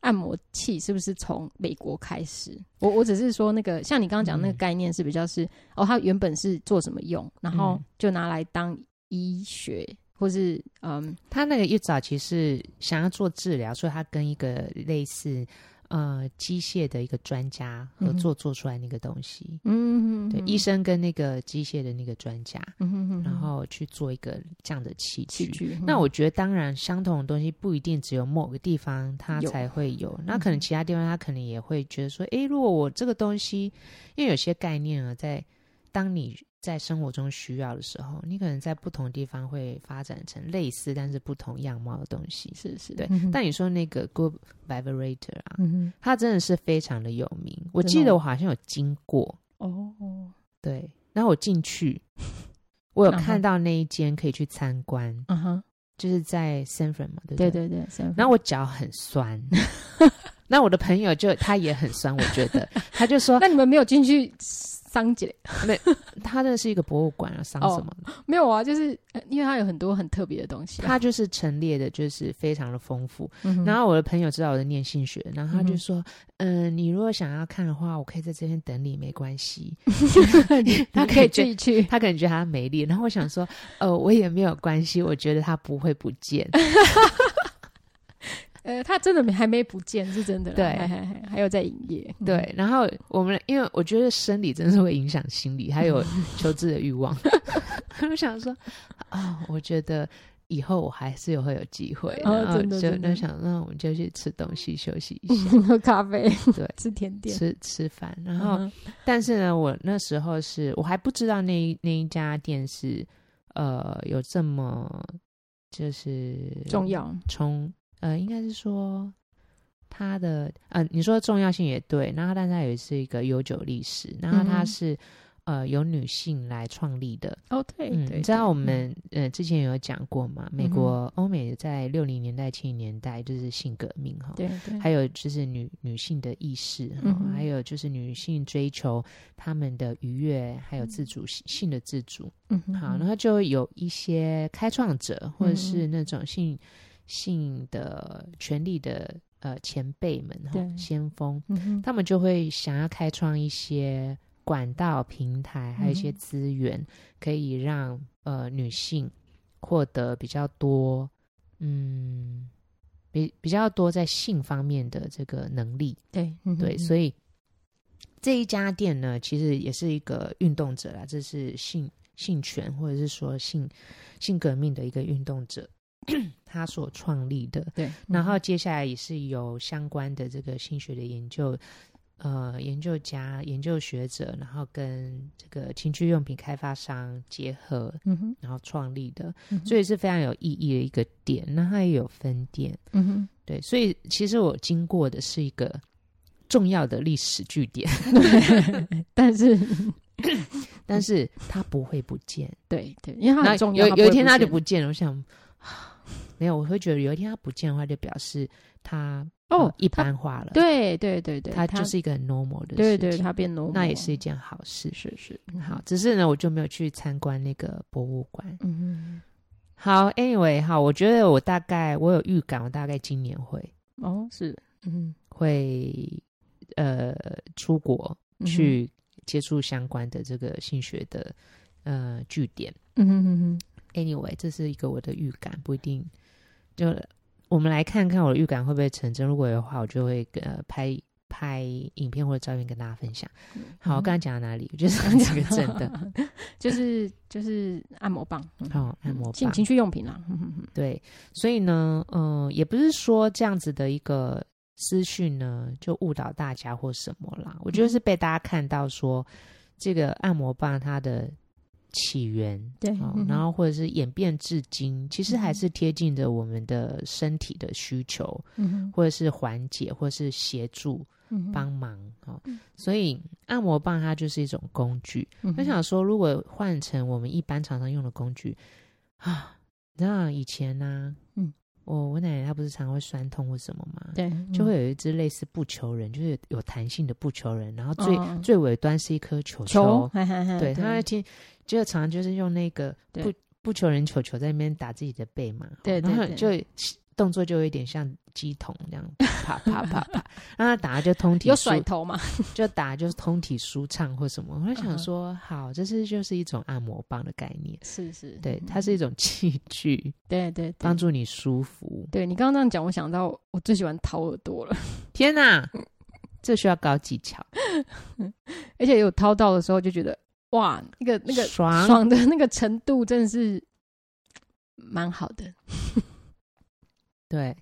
S2: 按摩器是不是从美国开始？我我只是说那个像你刚刚讲那个
S1: 嗯
S2: 概念是比较是、哦，它原本是做什么用，然
S1: 嗯
S2: 后就拿来当医学或是嗯
S1: 他那个一早期是想要做治疗，所以他跟一个类似呃机械的一个专家合作做出来那个东西。
S2: 嗯
S1: 对，医，生跟那个机械的那个专家，
S2: 嗯哼哼哼
S1: 然后去做一个这样的器具。
S2: 器具，嗯
S1: 那我觉得，当然，相同的东西不一定只有某个地方它
S2: 有嗯
S1: 才会有，那可能其他地方它可能也会觉得说，诶，如果我这个东西，因为有些概念啊，在当你在生活中需要的时候，你可能在不同地方会发展成类似但是不同样貌的东西。
S2: 是是，
S1: 对
S2: 嗯哼
S1: 但你说那个 Good Vibrator 啊，
S2: 嗯
S1: 它真的是非常的有名。我
S2: 真的
S1: 记得
S2: 哦
S1: 我好像有经过，
S2: 哼，哦，
S1: 对，然后我进去，我有
S2: 然后
S1: 看到那一间可以去参观，
S2: 嗯哼，
S1: 就是在 San Fran 嘛，对不
S2: 对
S1: 对？
S2: 对对，三
S1: 然后我脚很
S2: <laughs>
S1: 酸，那我的朋友就他也很酸，我觉
S2: <laughs>
S1: 得他就说
S2: 那你们没有进去桑姐？
S1: 他那是一个博物馆啊，伤
S2: 哦
S1: 什么的？
S2: 没有啊，就是呃因为它有很多很特别的东西啊。
S1: 他就是陈列的，就是非常的丰富。
S2: 嗯哼
S1: <laughs> 然后我的朋友知道我在念性学，然后他
S2: 嗯
S1: 就
S2: 哼
S1: 说：“嗯、你如果想要看的话，我可以在这边等你，没关
S2: <laughs>
S1: 系。
S2: 他
S1: 他
S2: 可
S1: 感觉
S2: 以自己去”，
S1: 他可能觉得他美丽，然后我想说：“呃，我也没有关系，我觉得他不会不见。
S2: <laughs> 呃，他真的没还没不见，是真的啦。
S1: 对
S2: 还还还还有在营业。嗯
S1: 对，然后我们因为我觉得生理真是会影响心理，还
S2: <laughs>
S1: 有求知的欲望。我想说：“哦，我觉得。”以后我还是有会有机会，
S2: 哦
S1: 然后
S2: 真的
S1: 就
S2: 真的
S1: 那想，那我们就去吃东西休息一下，
S2: 嗯喝咖啡，
S1: 对，
S2: <laughs>
S1: 哦
S2: 吃甜点，
S1: 吃吃饭，然
S2: 嗯
S1: 后
S2: 哼
S1: 但是呢，我那时候是我还不知道那一那一家店是呃有这么就是
S2: 重要。
S1: 冲呃，应该是说它的呃，你说重要性也对，然后但它也是一个悠久历史，然后
S2: 嗯
S1: 它
S2: 哼
S1: 是、呃由女性来创立的。
S2: 哦，对
S1: 嗯，
S2: 对，
S1: 你知道
S2: 对
S1: 我们呃之前有讲过嘛，美
S2: 嗯哼
S1: 国欧美在六零年代七零年代就是性革命哈，
S2: 对对，
S1: 还有就是女女性的意识、哈
S2: 嗯哼
S1: 还有就是女性追求她们的愉悦，还有自主性性的自主。
S2: 嗯嗯哼
S1: 好，然后就有一些开创者或者是那种性、性的权利的呃前辈们哈、
S2: 对
S1: 先锋，
S2: 嗯哼
S1: 他们就会想要开创一些管道平台，还有一些
S2: 嗯哼
S1: 资源，可以让呃女性获得比较多，嗯，比比较多在性方面的这个能力。
S2: 对嗯哼
S1: 对，
S2: 嗯
S1: 所以这一家店呢，其实也是一个运动者啦，这是性性权或者是说性性革命的一个运动者，他所创立的。
S2: 对，
S1: 然后
S2: 嗯
S1: 接下来也是有相关的这个性学的研究，呃，研究家、研究学者，然后跟这个情趣用品开发商结合，
S2: 嗯哼
S1: 然后创立的，
S2: 嗯哼
S1: 所以是非常有意义的一个点。那它也有分店，
S2: 嗯哼
S1: 对，所以其实我经过的是一个重要的历史据点， <laughs>
S2: 但是 <laughs>
S1: 但是它不会不见。
S2: 对对，因 <laughs> 为它
S1: 那
S2: 很重要，
S1: 有
S2: 不
S1: 有一
S2: 会
S1: 天它就
S2: 见
S1: 不见了，我想。啊没有，我会觉得有一天它不见的话，就表示它
S2: 哦
S1: 呃一
S2: 它
S1: 般化了。
S2: 对对对对，
S1: 它就是一个很 normal 的事情，
S2: 对对，它变 normal，
S1: 那也是一件好事。
S2: 是是嗯
S1: 好，，只是呢，我就没有去参观那个博物馆。
S2: 嗯嗯
S1: 好，anyway，好，我觉得我大概我有预感，我大概今年会
S2: 嗯哦是嗯
S1: 会呃出国
S2: 嗯
S1: 去接触相关的这个性学的呃据点。
S2: 嗯哼嗯哼
S1: Anyway，这是一个我的预感，不一定就呃我们来看看我的预感会不会成真。如果有的话，我就会呃拍拍影片或者照片跟大家分享。好，我刚才讲到哪里？我 <laughs> 就是这
S2: <laughs>
S1: 个真的。
S2: 就是就是按摩棒，嗯
S1: 好、按摩
S2: 情
S1: 棒。
S2: 情趣用品啦，嗯嗯
S1: 对，所以呢，嗯、也不是说这样子的一个资讯呢，就误导大家或什么啦。我觉得是被大家看到说，这个按摩棒它的起源，
S2: 对
S1: 哦
S2: 嗯哼
S1: 然后或者是演变至今，其实还是贴近着我们的身体的需求，
S2: 嗯
S1: 或者是缓解，或是协助
S2: 嗯
S1: 帮忙哦。所以按摩棒它就是一种工具，
S2: 嗯
S1: 我想说，如果换成我们一般常常用的工具啊，你知道以前呢、
S2: 嗯，
S1: 我我奶奶她不是常会酸痛或什么吗？
S2: 对嗯
S1: 就会有一只类似不求人，就是有弹性的不求人，然后最、
S2: 哦
S1: 最尾端是一颗球
S2: 球
S1: 球，，
S2: 嗨嗨嗨
S1: 对，她会听，就常常就是用那个
S2: 嗯对
S1: 不不求人球球在那边打自己的背嘛，哦
S2: 对对
S1: 然后
S2: 对
S1: 就动作就有点像鸡桶这样，啪
S2: <laughs>
S1: 啪啪啪，然后打就通体
S2: 有
S1: 舒
S2: 甩头嘛，
S1: 就打就是通体舒畅或什么。我在
S2: 嗯
S1: 想
S2: 哼
S1: 说，好，这是就是一种按摩棒的概念，
S2: 是是，嗯
S1: 对，它是一种器具，
S2: 对对对
S1: 帮。助你舒服。
S2: 对你刚刚这样讲，我想到我最喜欢掏耳朵了，
S1: 天哪，
S2: 嗯
S1: 这需要高技巧，
S2: 而且有掏到的时候就觉得哇，那个那个
S1: 爽
S2: 爽的那个程度真的是蛮好的。
S1: 对。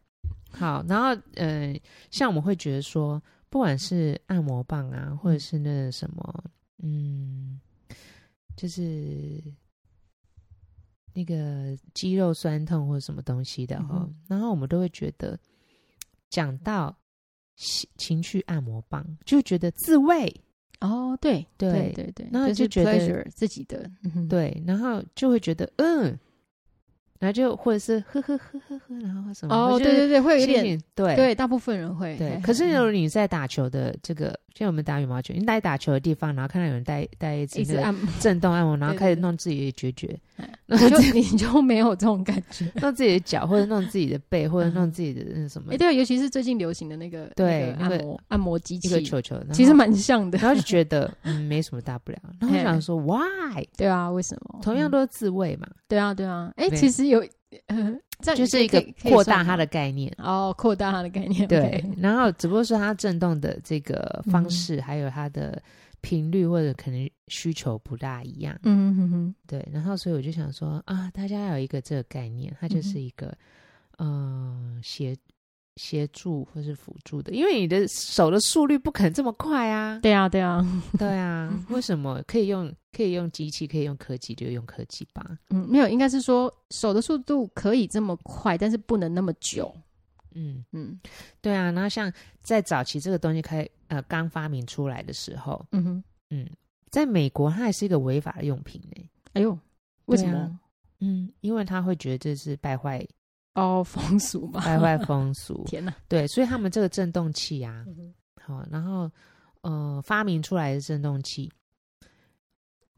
S1: 好，然后呃，像我们会觉得说，不管是按摩棒啊，或者是那什么，嗯，就是那个肌肉酸痛或者什么东西的哈、
S2: 嗯
S1: 然后我们都会觉得讲到情情绪按摩棒，就觉得自慰，
S2: 哦，对
S1: 对
S2: 对对，
S1: 然后
S2: 是
S1: 就觉得
S2: pleasure 自己的，嗯哼，
S1: 对，然后就会觉得嗯，然后就或者是呵呵呵呵呵，然后什么
S2: 哦，对对对，会有一点，
S1: 对
S2: 对，大部分人会，嘿
S1: 对
S2: 嘿，
S1: 可是
S2: 嘿嗯
S1: 如果你在打球的这个，像我们打羽毛球，你在打球的地方，然后看到有人带带一支
S2: 一直
S1: 那个
S2: 按，
S1: <laughs> 震动按摩，然后
S2: 对对
S1: 开始
S2: 对嗯
S1: 弄自己的决绝，
S2: 你就你就没有这种感
S1: <laughs>
S2: 觉。
S1: 弄自己的脚，或者弄自己的背，或者弄
S2: 嗯
S1: 自己的那什么
S2: 哎，对，尤其是最近流行的那个
S1: 对
S2: 那
S1: 那个
S2: 个按摩按摩机
S1: 一个
S2: 器，
S1: 球球，然
S2: 其实
S1: 后
S2: 蛮像
S1: <laughs>
S2: 的，
S1: 然后就觉得嗯没什么大不了，然后我想说 why？
S2: 对啊，为什么？
S1: 同样
S2: 的，
S1: 都是自慰嘛，
S2: 对啊，对啊，哎，
S1: 对
S2: 其实有，呃，这样
S1: 就是一
S2: 可
S1: 个
S2: 以可以
S1: 扩
S2: 算
S1: 大它
S2: 吗
S1: 的概念。
S2: 哦，扩大它的概
S1: <laughs>
S2: 念，
S1: 对
S2: OK，
S1: 然后只不过说它震动的这个
S2: 嗯
S1: 方式，还有它的频率或者可能需求不大一样。
S2: 嗯哼哼，
S1: 对，然后所以我就想说啊，大家要有一个这个概念，它就
S2: 嗯
S1: 是
S2: 哼
S1: 一个嗯、呃协协助或是辅助的，因为你的手的速率不可能这么快啊。
S2: 对啊，对啊，
S1: 对啊，为什么可以用可以用机器，可以用科技就用科技吧？
S2: 嗯，没有，应该是说手的速度可以这么快，但是不能那么久，
S1: 嗯，
S2: 嗯
S1: 对啊。然后像在早期这个东西开呃刚发明出来的时候，
S2: 嗯哼，
S1: 在美国它还是一个违法的用品呢、
S2: 哎呦，为什
S1: 对啊
S2: 么？
S1: 嗯，因为他会觉得这是败坏
S2: <laughs> 哦，风俗
S1: <laughs>
S2: 嘛，，
S1: 败坏风俗
S2: 天哪，
S1: 对，所以他们这个震动器啊，
S2: 嗯哼
S1: 好、然后呃，发明出来的震动器，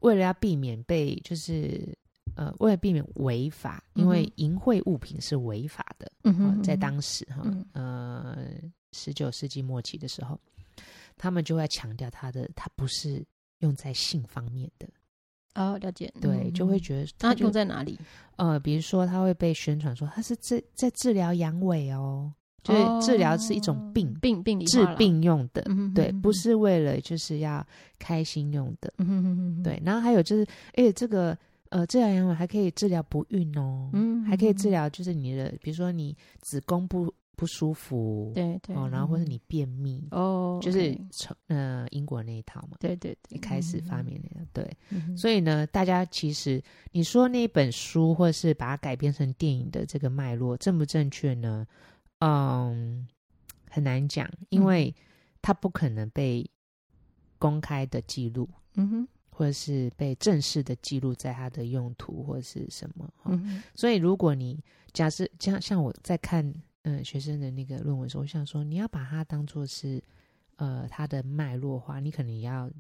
S1: 为了要避免被就是呃，为了避免违法，因
S2: 嗯
S1: 为
S2: 哼
S1: 淫秽物品是违法的，
S2: 嗯
S1: 哦
S2: 哼，
S1: 在当时哈、
S2: 嗯
S1: 呃，十九世纪末期的时候，他们就会强调它的它不是用在性方面的，
S2: 哦，了解，
S1: 对，就会
S2: 得
S1: 觉得
S2: 那
S1: 就
S2: 用在哪里？
S1: 呃，比如说他会被宣传说他是治在治疗阳痿哦，就是治疗是一种病，
S2: 哦病病理
S1: 治
S2: 化啦，
S1: 病用的，
S2: 嗯哼，
S1: 对，
S2: 嗯
S1: 不
S2: 哼，
S1: 是为了就是要开心用的，
S2: 嗯哼哼哼，
S1: 对。然后还有就是，哎、这个呃治疗阳痿还可以治疗不孕哦，
S2: 嗯
S1: 还可以治
S2: 嗯
S1: 疗就是你的，比如说你子宫不不舒服，
S2: 对对，
S1: 哦，然后或者
S2: 嗯
S1: 你便秘，
S2: 哦，
S1: 就是
S2: ，OK，嗯
S1: 从呃英国那一套嘛。
S2: 对对
S1: 一
S2: 对，
S1: 开始发明那个，对，
S2: 嗯，
S1: 所以呢，大家其实你说那本书，或是把它改编成电影的这个脉络正不正确呢？嗯，很难讲，
S2: 嗯
S1: 因为它不可能被公开的记录，
S2: 以，嗯哼，
S1: 或者是被正式的记录在它的用途或是什么。哦
S2: 嗯哼，
S1: 所以，如果你假设像像我在看嗯学生的那个论文的时候，我想说你要把它当做是呃它的脉络化，你可能也要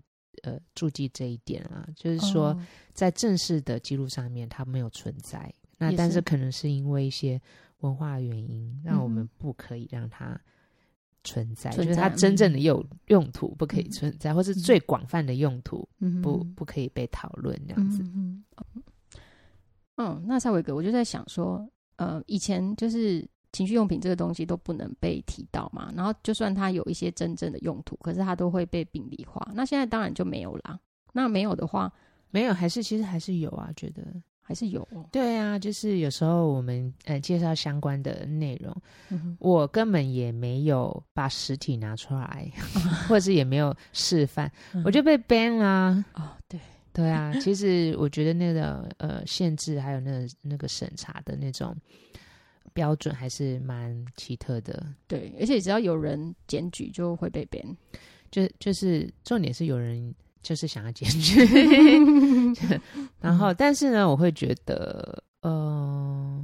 S1: 呃注记这一点啊，就是说。
S2: 哦，
S1: 在正式的记录上面它没有存在。那
S2: 也
S1: 但
S2: 是
S1: 是可能是因为一些文化原因，让我们
S2: 嗯
S1: 不可以让它存在，
S2: 存
S1: 就是
S2: 在
S1: 它真正的
S2: 嗯
S1: 有用途不可以
S2: 嗯
S1: 存在，或是
S2: 嗯
S1: 最广泛的用途
S2: 嗯哼
S1: 不
S2: 哼
S1: 不可以被讨论这样子。
S2: 嗯嗯嗯，嗯那赛维格，我就在想说，呃，以前就是情趣用品这个东西都不能被提到嘛，然后就算它有一些真正的用途，可是它都会被病理化。那现在当然就没有啦。那没有的话，
S1: 没有，还是其实还是有啊，觉得
S2: 还是有、哦。
S1: 对啊，就是有时候我们呃介绍相关的内容，
S2: 嗯哼
S1: 我根本也没有把实体拿出
S2: <laughs>
S1: 来，或是也没有示范，
S2: 嗯
S1: 我就被 ban 啦、
S2: 哦，对，
S1: 对啊，其实我觉得那个呃限制还有那个那个审查的那种标准还是蛮奇特的，
S2: 对，而且只要有人检举，就会被 ban。
S1: 就就是重点是有人就是想要检举，然后但是呢，我会觉得呃，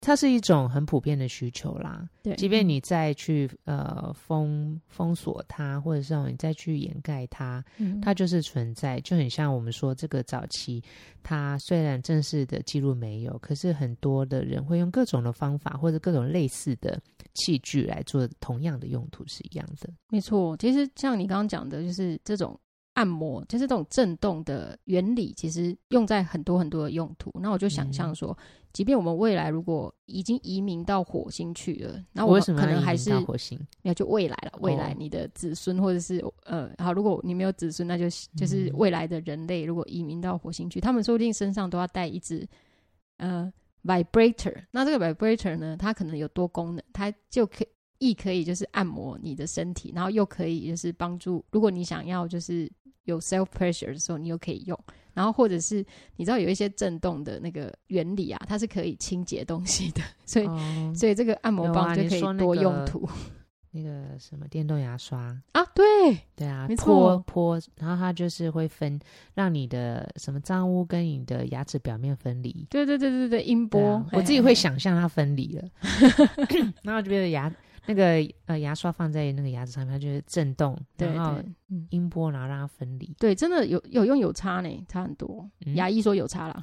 S1: 它是一种很普遍的需求啦，
S2: 对，嗯
S1: 即便你再去呃封封锁它，或者是你再去掩盖它，
S2: 嗯
S1: 它就是存在，就很像我们说这个早期，它虽然正式的记录没有，可是很多的人会用各种的方法或者各种类似的器具来做同样的用途是一样的。
S2: 没错，其实像你刚刚讲的，就是这种按摩，就是这种震动的原理，其实用在很多很多的用途。那我就想
S1: 嗯
S2: 象说，即便我们未来如果已经移民到火星去了，那啊我
S1: 为
S2: 们
S1: 什么
S2: 可
S1: 要
S2: 能
S1: 移
S2: 还
S1: 民
S2: 是
S1: 到火星？
S2: 要就未来了，未来
S1: 哦
S2: 你的子孙或者是呃，好，如果你没有子孙，那就是就是
S1: 嗯
S2: 未来的人类，如果移民到火星去，他们说不定身上都要带一只呃 vibrator。那这个 vibrator 呢，它可能有多功能，它就可以亦可以就是按摩你的身体，然后又可以就是帮助，如果你想要就是有 self pressure 的时候，你又可以用。然后或者是你知道有一些震动的那个原理啊，它是可以清洁东西的，所以、
S1: 哦
S2: 所以这个按摩
S1: 有
S2: 棒
S1: 啊
S2: 就
S1: 你
S2: 可以
S1: 说那
S2: 多
S1: 个
S2: 用途、
S1: 那个什么电动牙刷，
S2: 啊。对，
S1: 对啊
S2: 没，
S1: 泼
S2: 错
S1: 泼，然后它就是会分让你的什么脏污跟你的牙齿表面分离。
S2: 对对对对对，音波，
S1: 对啊我
S2: 嘿
S1: 自己
S2: 嘿
S1: 会
S2: 嘿
S1: 想象它分离
S2: <laughs>
S1: 了， <coughs> 然后就觉得牙那个呃牙刷放在那个牙齿上面，它就是震动，
S2: 对
S1: 然后
S2: 对，嗯，
S1: 音波，然后让它分离。
S2: 对，真的有有用有差呢，差很多。
S1: 嗯
S2: 牙医说有
S1: <laughs>
S2: 差啦，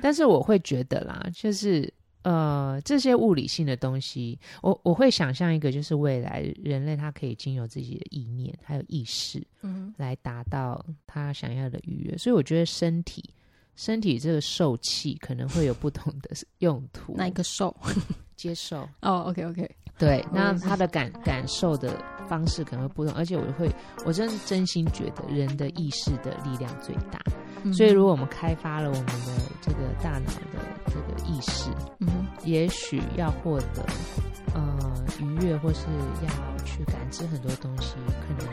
S1: 但是我会觉得啦，就是呃，这些物理性的东西，我我会想象一个，就是未来人类他可以经由自己的意念还有意识
S2: 嗯，
S1: 来达到他想要的愉悦。所以我觉得身体，身体这个受气可能会有不同的 <laughs> 用途，
S2: 那一个瘦？
S1: 接受
S2: 哦，OK OK，
S1: 对，那
S2: 嗯
S1: 他的感感受的方式可能会不同，而且我会，我真真心觉得人的意识的力量最大。
S2: 嗯
S1: 所以，如果我们开发了我们的这个大脑的这个意识，
S2: 嗯哼
S1: 也许要获得呃愉悦，或是要去感知很多东西，可能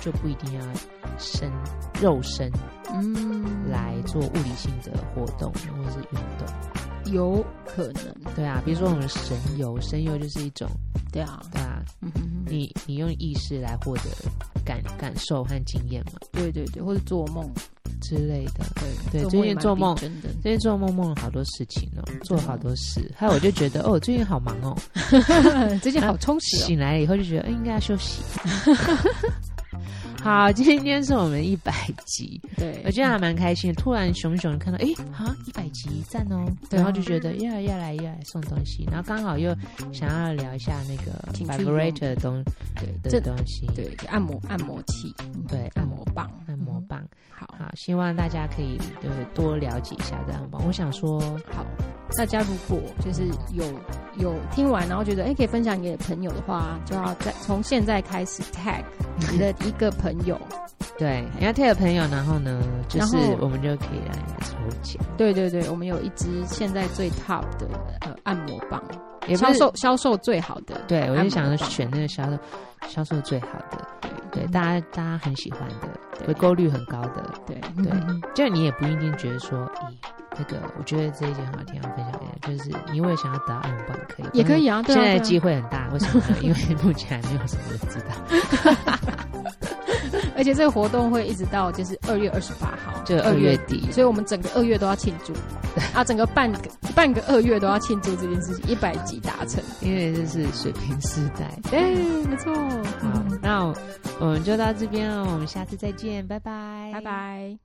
S1: 就不一定要身肉身
S2: 嗯，
S1: 来做物理性的活动或是运动。
S2: 有可能，
S1: 对啊，比如说我们神游，神游就是一种
S2: 对啊，
S1: 对啊，
S2: 嗯哼哼
S1: 你你用意识来获得感感受和经验嘛
S2: 对对对，或者做梦，
S1: 之类的。
S2: 对
S1: 对
S2: 梦
S1: 最
S2: 也
S1: 近
S2: 蛮
S1: 做
S2: 逼
S1: 梦
S2: 真的， <laughs>
S1: 最近做梦梦了好多事情哦，
S2: 嗯
S1: 做了好多事，还有我就觉得哦，最近好忙哦，<laughs>
S2: 最近好充实哦，
S1: 醒来了以后就觉得，哎、应该要休
S2: <laughs>
S1: 息。好，今天是我们一百集，
S2: 对，嗯
S1: 我觉得还蛮开心的。突然熊熊看到，哎、啊，一百集赞哦，
S2: 对啊
S1: 然后就觉得越来越来越来送东西，然后刚好又想要聊一下那个
S2: 情趣用
S1: vibrator 的东
S2: 对
S1: 的
S2: 这
S1: 东西，
S2: 对按摩按摩器，嗯
S1: 对
S2: 按摩棒，
S1: 按摩
S2: 嗯
S1: 棒。
S2: 好
S1: 好，希望大家可以呃多了解一下这样吧。我想说，
S2: 好，大家如果就是有有听完，然后觉得哎、诶可以分享给朋友的话，就要在从现在开始 tag
S1: 嗯
S2: 你的一个朋友，
S1: 对，你要 t 的朋友，然后呢，就
S2: 然
S1: 是
S2: 后
S1: 我们就可以来抽奖，
S2: 对对对，我们有一支现在最 top 的呃按摩棒，
S1: 也不
S2: 销
S1: 是
S2: 售销售最好的，
S1: 对，我
S2: 按
S1: 就
S2: 摩
S1: 想着
S2: 棒
S1: 选那个销售销售最好的，对，
S2: 嗯
S1: 大家大家很喜欢的，
S2: 对
S1: 回购率很高的，
S2: 对
S1: 对就你也不一定觉得说，咦，那个我觉得这一件很好听，要分享给你，就是你为了想要得到按摩棒可以，
S2: 也可
S1: 但是
S2: 以啊，对啊
S1: 现在
S2: 对
S1: 的
S2: 啊
S1: 机会很大，为什么呢？因为目前还没有什么人知道，
S2: <laughs> 而且这个活动会一直到就是二月二十八号，
S1: 就
S2: 2
S1: 二月底，
S2: 所以我们整个二月都要庆
S1: <laughs>
S2: 祝，啊，整个半个半个二月都要庆祝这件事情，一百集达成。
S1: 因为这是水平时代。
S2: 对，没错。
S1: 呃
S2: 嗯
S1: 好，那我我们就到这边了，我们下次再见，拜拜，
S2: 拜。拜。